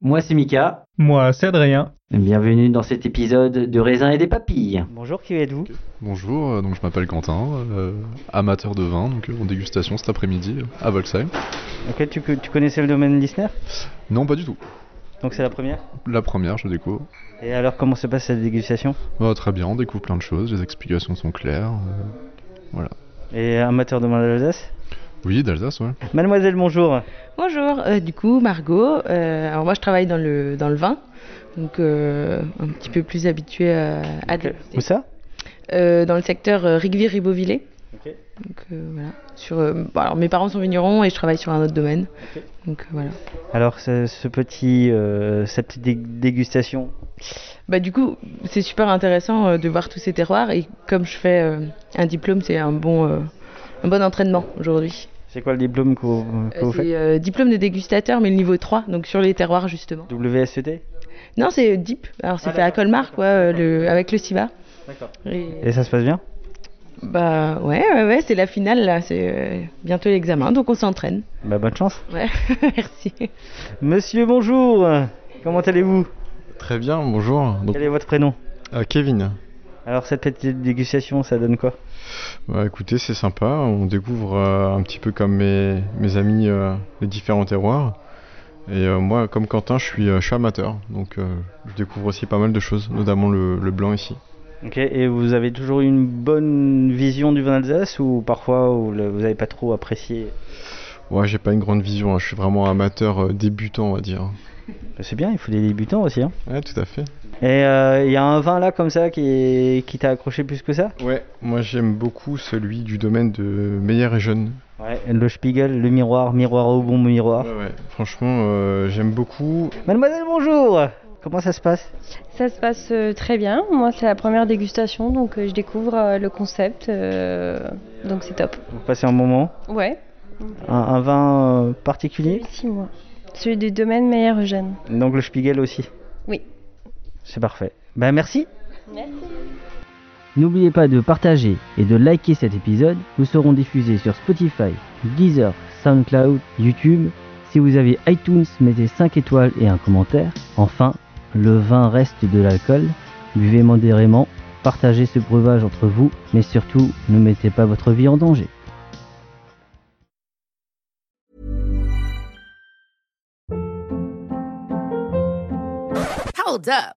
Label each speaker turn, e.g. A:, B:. A: Moi c'est Mika,
B: Moi, c'est Adrien.
A: bienvenue dans cet épisode de raisin et des papilles. Bonjour, qui êtes-vous
C: Bonjour, euh, donc je m'appelle Quentin, euh, amateur de vin, donc euh, en dégustation cet après-midi euh, à Volksheim.
B: Ok, tu, tu connaissais le domaine Listener
C: Non, pas du tout.
B: Donc c'est la première.
C: La première, je découvre.
B: Et alors, comment se passe cette dégustation
C: Bah, très bien, on découvre plein de choses, les explications sont claires. euh, voilà.
B: Et amateur de vin d'Alsace
C: Oui, d'Alsace, ouais.
B: Mademoiselle, bonjour.
D: Bonjour, euh, du coup Margot, euh, alors moi je travaille dans le, dans le vin, donc euh, un petit peu plus habituée à, à
B: Ok,
D: déguster.
B: Où ça
D: Euh, dans le secteur euh, Rigvi-Ribovillé.
B: Ok.
D: Donc euh, voilà, sur, euh, bon, alors, mes parents sont vignerons et je travaille sur un autre domaine, donc euh, voilà.
B: Alors, ce, ce petit, euh, cette petite dé- dégustation.
D: Bah du coup c'est super intéressant euh, de voir tous ces terroirs et comme je fais euh, un diplôme c'est un bon, euh, un bon entraînement aujourd'hui.
B: C'est quoi le diplôme que, vous- que
D: Euh,
B: vous faites
D: c'est euh, diplôme de dégustateur mais le niveau 3, donc sur les terroirs justement.
B: WSET
D: Non c'est DIP, alors c'est
B: E Ah,
D: fait à
B: d'accord.
D: Colmar quoi, euh, le, avec le SIVA.
B: D'accord.
D: Et-
B: Et ça se passe bien
D: Bah ouais, ouais, ouais, c'est la finale là, c'est euh, bientôt l'examen, donc on s'entraîne.
B: Bah, bonne chance.
D: Ouais, merci.
B: Monsieur, bonjour. Comment allez-vous
E: Très bien, bonjour. Donc,
B: Quel est votre prénom
E: euh, Kevin,
B: Alors, cette petite dégustation, ça donne quoi
E: Bah, écoutez, c'est sympa. On découvre euh, un petit peu comme mes, mes amis euh, les différents terroirs. Et euh, moi, comme Quentin, je suis, euh, je suis amateur, donc euh, je découvre aussi pas mal de choses, notamment le, le blanc ici.
B: Ok, et vous avez toujours eu une bonne vision du vin d'Alsace ou parfois vous le- vous n'avez pas trop apprécié
E: Ouais, j'ai pas une grande vision, hein, je suis vraiment amateur euh, débutant, on va dire.
B: Bah, C'est bien, il faut des débutants aussi. Hein.
E: Ouais, tout à fait.
B: Et euh, il y a un vin là comme ça qui, est- qui t'a accroché plus que ça
E: Ouais, moi j'aime beaucoup celui du domaine de Meyer et Jeune.
B: Ouais. Le Spiegel, le miroir, miroir au bon miroir.
E: Ouais, ouais, franchement, euh, j'aime beaucoup.
B: Mademoiselle, bonjour Comment ça se passe
F: Ça se passe euh, très bien. Moi, c'est la première dégustation, donc euh, je découvre euh, le concept. euh, donc c'est top.
B: Vous passez un moment
F: Ouais,
B: Un, un vin euh, particulier
F: celui de six mois. Celui du domaine meilleur Eugène.
B: Donc le Spiegel aussi
F: Oui.
B: C'est parfait. Bah merci
A: N'oubliez pas de partager et de liker cet épisode. Nous serons diffusés sur Spotify, Deezer, SoundCloud, YouTube. Si vous avez iTunes, mettez 5 étoiles et un commentaire. Enfin, le vin reste de l'alcool. Buvez modérément, partagez ce breuvage entre vous, mais surtout, ne mettez pas votre vie en danger.
G: Hold up.